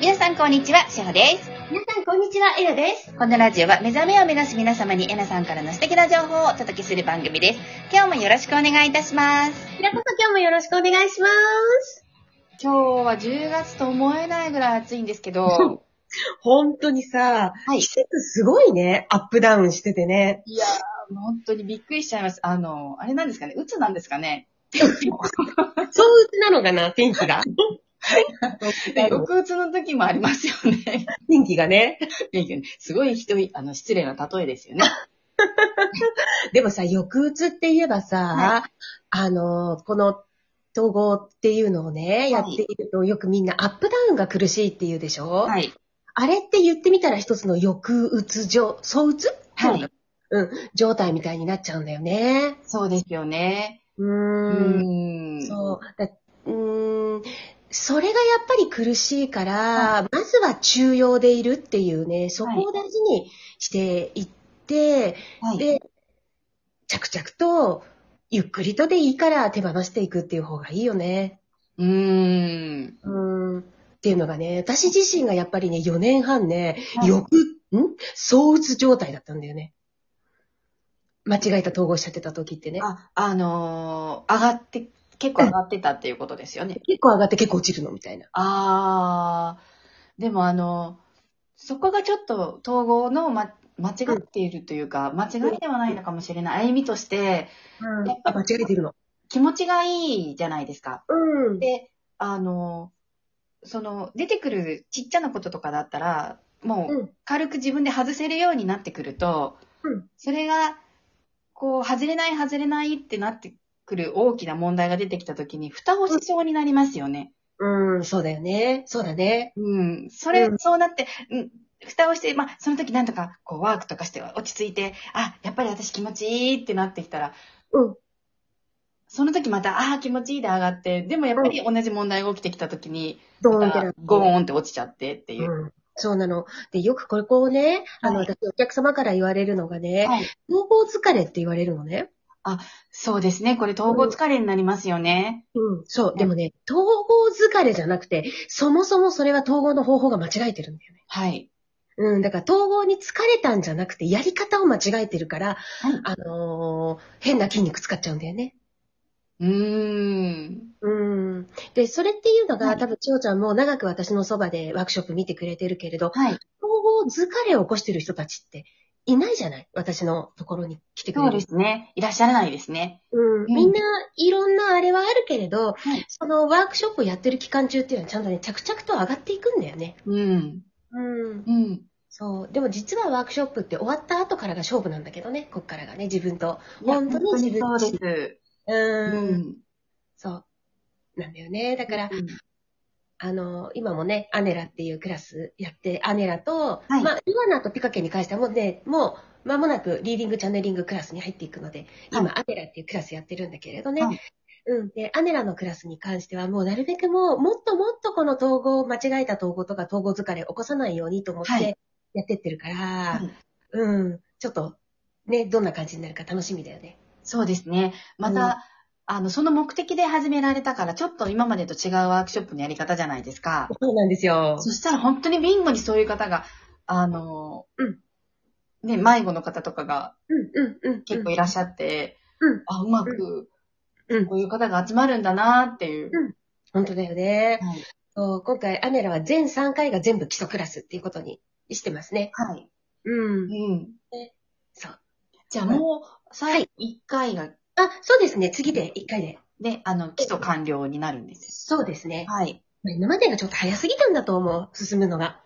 皆さん、こんにちは。しほです。皆さん、こんにちは。エラです。このラジオは目覚めを目指す皆様に、えなさんからの素敵な情報をお届けする番組です。今日もよろしくお願いいたします。平子さん、今日もよろしくお願いします。今日は10月と思えないぐらい暑いんですけ ど、本当にさ、はい季節すごいね。アップダウンしててね。いやー、もう本当にびっくりしちゃいます。あの、あれなんですかね、鬱なんですかね。そうなのかな、天気 が。僕鬱の時もありますよね。 天気がね。すごい人、あの、失礼な例えですよね。でもさ、抑うつって言えばさ、あの、この統合っていうのをね、やっていると、よくみんなアップダウンが苦しいって言うでしょ、はい。あれって言ってみたら一つの抑うつ状、躁うつはい。状態みたいになっちゃうんだよね。そうですよね。ううーん。ん。そう。だうーん。それがやっぱり苦しいから、まずは中央でいるっていうね、そこを大事にしていって、はい。で、着々と、ゆっくりとでいいから手放していくっていう方がいいよね。うーん。うーん。っていうのがね、私自身がやっぱりね、4年半ね、はいよく、ん躁うつ状態だったんだよね。間違えた統合しちゃってた時ってね。あ、あのー上がって、結構上がってたっていうことですよね。結構上がって結構落ちるのみたいな。あー、でもあの、そこがちょっと統合の、ま、間違っているというか、間違いではないのかもしれない。歩みとして、やっぱ間違えてるの。気持ちがいいじゃないですか。うん。で、あの、その、出てくるちっちゃなこととかだったら、もう、うん軽く自分で外せるようになってくると、うんそれが、こう、外れない、外れないってなってくる大きな問題が出てきた時に、蓋をしそうになりますよね。うん、そうだよね。そうだね。うん。それ、うんそうなって、うん。蓋をして、まあ、その時なんとか、こう、ワークとかして落ち着いて、あ、やっぱり私気持ちいいってなってきたら、うん。その時また、ああ、気持ちいいで上がって、でもやっぱり同じ問題が起きてきた時に、ドーンまってたなゴーンって落ちちゃってっていう。うん。そうなの。で、よくこれこうね、あの、はい私お客様から言われるのがね、はい統合疲れって言われるのね。そうですね。これ統合疲れになりますよね。うん。そう。でもね、統合疲れじゃなくて、そもそもそれは統合の方法が間違えてるんだよね。はい。うん。だから統合に疲れたんじゃなくて、やり方を間違えてるから、いあのー変な筋肉使っちゃうんだよね。うーん。うん。で、それっていうのが、はい多分、千代ちゃんも長く私のそばでワークショップ見てくれてるけれど、はい。統合疲れを起こしてる人たちっていないじゃない私のところに来てくそれうるで。すね。いらっしゃらないですね。うん、みんないろんなあれはあるけれど、はいそのワークショップをやってる期間中っていうのはちゃんとね、着々と上がっていくんだよね。うん。うん。うん。そう。でも実はワークショップって終わった後からが勝負なんだけどね、こっからがね、自分と。本当に自いや分本当自にそうです。うんううん。ん。そう。なんだよね。だから、うんあの、今もね、アネラっていうクラスやって、アネラと、はいまあ、ルアナとピカケに関してはもうね、もう、間もなくリーディングチャネリングクラスに入っていくので、今、はアネラっていうクラスやってるんだけれどね、はいうん。で、アネラのクラスに関しては、もうなるべくもう、もっともっとこの統合、間違えた統合とか統合疲れを起こさないようにと思っはいてやってってるから、いうん。ちょっと、ね、どんな感じになるか楽しみだよね。そうですね。また、うんあの、その目的で始められたから、ちょっと今までと違うワークショップのやり方じゃないですか。そうなんですよ。そしたら本当にビンゴにそういう方が、あの、うんね、迷子の方とかがうん、うん、うん。結構いらっしゃって、うんあ、うまく、うんこういう方が集まるんだなっていう。本当だよね。はいそう今回、アネラは全3回が全部基礎クラスっていうことにしてますね。はい。うん。うん。そう。じゃあもう、は最い後1回が、あ、そうですね。次で、1回で。で、あの、基礎完了になるんです。そうですね。はい。まあ今までがちょっと早すぎたんだと思う。進むのが。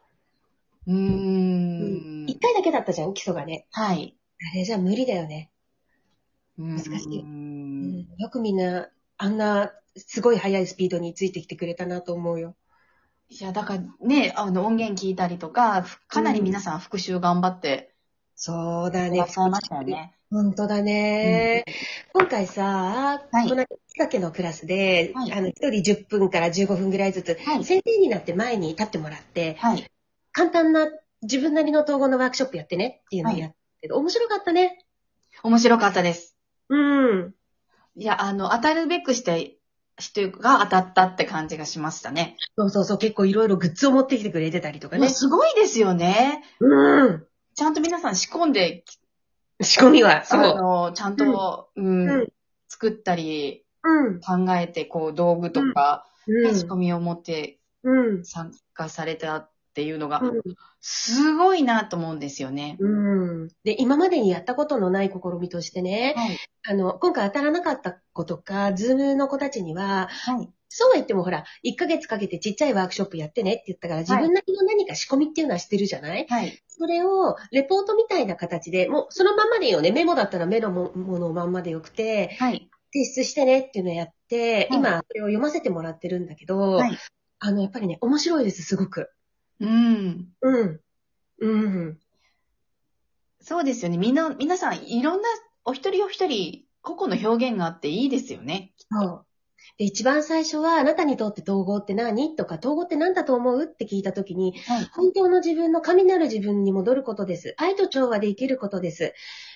うーん。 1回だけだったじゃん、基礎がね。はい。あれじゃ無理だよね。難難しいうんよくみんな、あんな、すごい速いスピードについてきてくれたなと思うよ。いや、だからね、あの、音源聞いたりとか、ふかなり皆さん復習頑張ってそうだくねだ。さいましたよね。本当だね。今回さ、はいこの近けのクラスで、はいあの、一人10分から15分ぐらいずつ、はい先生になって前に立ってもらって、はい。簡単な自分なりの統合のワークショップやってねっていうのをやってて、面白かったね。面白かったです。うん。いや、あの、当たるべくして人が当たったって感じがしましたね。そうそうそう、結構いろいろグッズを持ってきてくれてたりとかもうね。すごいですよね。うん。ちゃんと皆さん仕込んで、仕込みは、そあう。の、ちゃんと、うん、うん作ったり、うん。考えて、こう、道具とか、仕う込みを持ってん。参加されたっていうのが、うん。すごいなと思うんですよね。うん。で、今までにやったことのない試みとしてね、はい。あの、今回当たらなかった子とか、ズームの子たちには、はい。そうは言ってもほら、1ヶ月かけてちっちゃいワークショップやってねって言ったから、自分なりの何か仕込みっていうのはしてるじゃないはい。それを、レポートみたいな形で、もうそのまんまでいいよね。メモだったらメモのものまんまでよくて、はい。提出してねっていうのをやって、はい今、それを読ませてもらってるんだけど、はいあの、やっぱりね、面白いです、すごく。うん。うん。うん。そうですよね。みんな、皆さん、いろんな、お一人お一人、個々の表現があっていいですよね。そう。で、一番最初は、あなたにとって統合って何とか、統合って何だと思うって聞いたときに、はい。本当の自分の神なる自分に戻ることです。愛と調和で生きることです。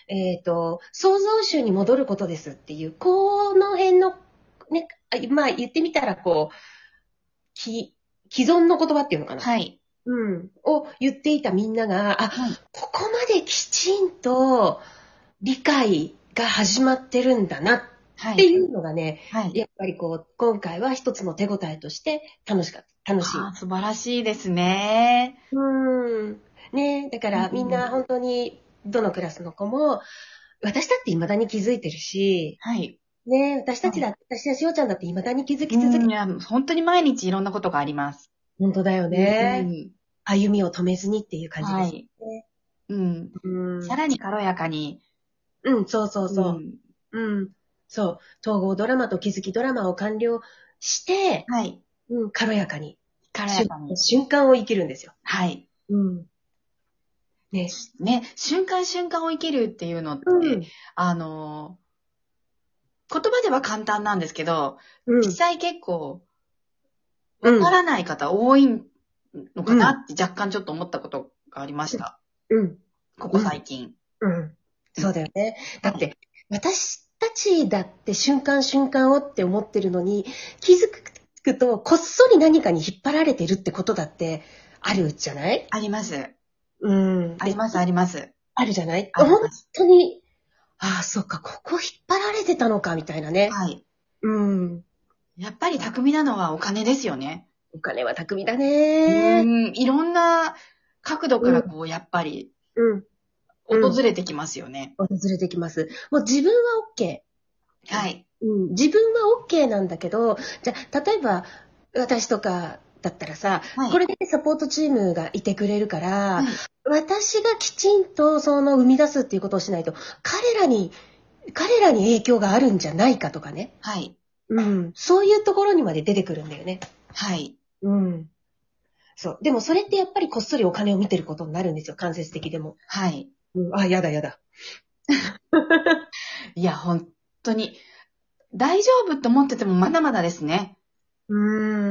えっ、と、創造主に戻ることですっていう、この辺の、ね、あまあ言ってみたらこう、き既存の言葉っていうのかな、はい。うん。を言っていたみんなが、あ、はいここまできちんと理解が始まってるんだなっはてい。いうのがね、はい。やっぱりこう、今回は一つの手応えとして楽しかった、楽しい。あー素晴らしいですね。うん。ねだからうんみんな本当に、どのクラスの子も、私だって未だに気づいてるし、はい。ね私たちだ、私やしおちゃんだって未だに気づき続け、いや本当に毎日いろんなことがあります。本当だよね、うん歩みを止めずにっていう感じはです。い。うん。うん。さらに軽やかに。うん、そうそうそう、んうん。そう。統合ドラマと気づきドラマを完了して、はい。うん、軽やかに、軽やかに。瞬間を生きるんですよ。はい。うん。ねね、瞬間瞬間を生きるっていうのって、うん。あのー、言葉では簡単なんですけど、うん実。際結構、うんわからない方多いのかなって若干ちょっと思ったことがありました。うん。ここ最近。うん。そうだよね。だって、私たちだって瞬間瞬間をって思ってるのに、気づくと、こっそり何かに引っ張られてるってことだって、あるじゃないあります。うんあります、あります。あるじゃないあり本ます。当に、ああ、そっか、ここ引っ張られてたのか、みたいなね。はい。うん。やっぱり巧みなのはお金ですよね。お金は巧みだうね。ん。いろんな角度からこう、やっぱり、うん。うん訪れてきますよね。訪れてきます。もう自分は OK。うんはい。うん、自分は OK なんだけど、じゃあ、例えば、私とかだったらさ、はいこれだけサポートチームがいてくれるから、はい私がきちんとその生み出すっていうことをしないと、彼らに、彼らに影響があるんじゃないかとかね。はい。うん。そういうところにまで出てくるんだよね。はい。うん。そう。でもそれってやっぱりこっそりお金を見てることになるんですよ。間接的でも。はい。うん、あ、やだやだ。いや、本当に、大丈夫と思っててもまだまだですね。う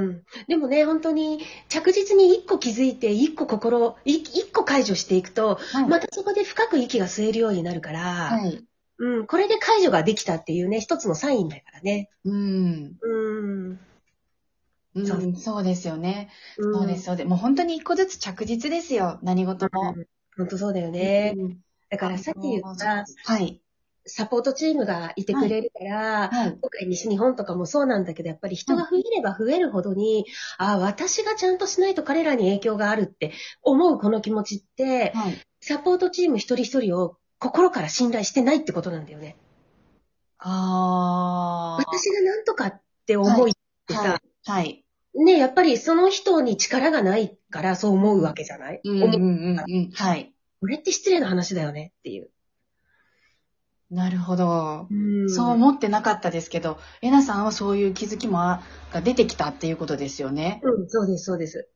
ん。でもね、本当に着実に一個気づいて、一個心を、い一個解除していくと、はいまたそこで深く息が吸えるようになるから、はい。うん、これで解除ができたっていうね、一つのサインだからね。うん。うん。うん、そそううですよね。そそうです、。そうです。もう本当に一個ずつ着実ですよ。何事も。本当そうだよね。うんだからさっき言った、はい。サポートチームがいてくれるから、はい。今回西日本とかもそうなんだけど、やっぱり人が増えれば増えるほどに、ああ、私がちゃんとしないと彼らに影響があるって思うこの気持ちって、はい。サポートチーム一人一人を心から信頼してないってことなんだよね。あー。私がなんとかって思いってさ、はい。はい。ね、やっぱりその人に力がないからそう思うわけじゃない、うん、うん、思ううんうん。はい。これって失礼な話だよねっていう。なるほど。そうう。思ってなかったですけど、えなさんはそういう気づきもあが出てきたっていうことですよね。うん、そうです、そうです。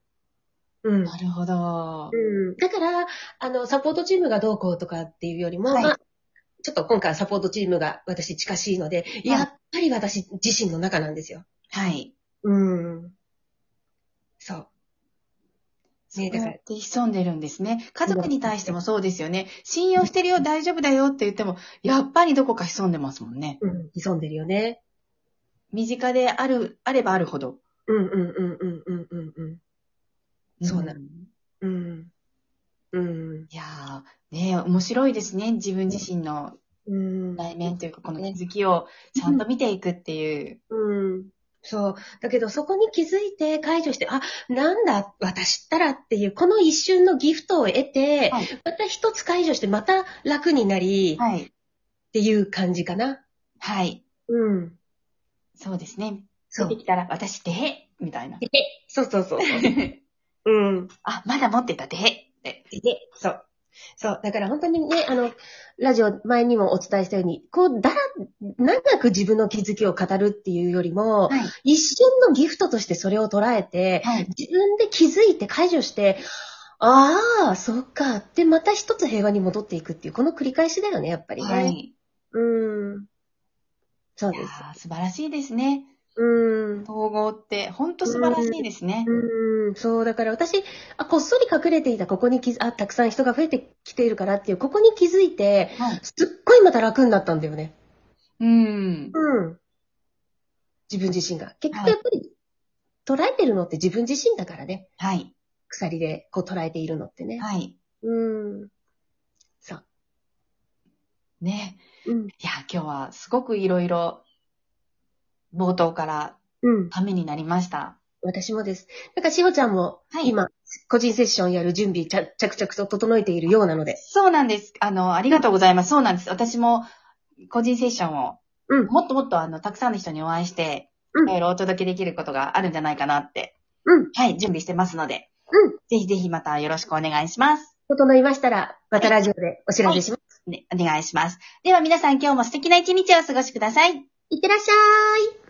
うん。なるほど。うん、だから、あの、サポートチームがどうこうとかっていうよりも、はいまあ、ちょっと今回はサポートチームが私近しいので、やっぱり私自身の中なんですよ。はい。うん。そう。そうねだやかっらて潜んでるんですね。家族に対してもそうですよね。信用してるよ、大丈夫だよって言っても、やっぱりどこか潜んでますもんね。うん、潜んでるよね。身近である、あればあるほど。うんうんうんうんうんうんうん。そうなの。うん。うん。いやー、ね面白いですね。自分自身のうん。内面というか、この気づきをちゃんと見ていくっていう。うん。そう。だけど、そこに気づいて解除して、あ、なんだ、私ったらっていう、この一瞬のギフトを得て、はいまた一つ解除して、また楽になり、っはい。ていう感じかな。はい。うん。そうですね。そ出うて。きたら、私、でへみ たいな。そうそう そう。うん。あ、まだ持ってた、でへって。で、そう。そう。だから本当にね、あの、ラジオ前にもお伝えしたように、こう、だら、長く自分の気づきを語るっていうよりも、はい。一瞬のギフトとしてそれを捉えて、はい。自分で気づいて解除して、ああ、そっか。で、また一つ平和に戻っていくっていう、この繰り返しだよね、やっぱりね。はい。うん。そういでやす。ー素晴らしいですね。うん。統合って、ほんと素晴らしいですね。うん、そう、だから私、あ、こっそり隠れていた、ここに気づあ、たくさん人が増えてきているからっていう、ここに気づいて、はい。すっごいまた楽になったんだよね。うん。うん。自分自身が。結は局いやっぱり、捉えてるのって自分自身だからね。はい。鎖でこう捉えているのってね。はい。うん。そう。ね。ういん。や、今日はすごくいろいろ、冒頭からうん。ためになりました。私もです。なんか、しほちゃんも、はい今、個人セッションやる準備、ちゃ着々と整えているようなので。そうなんです。あの、ありがとうございます。そうなんです。私も、個人セッションを、うんもっともっと、あの、たくさんの人にお会いして、うんいろいろお届けできることがあるんじゃないかなって、うん。はい、準備してますので、うん。ぜひぜひまたよろしくお願いします。整いましたら、またラジオでお知らせします。ね、お願いします。では皆さん今日も素敵な一日をお過ごしください。い、ってらっしゃーい。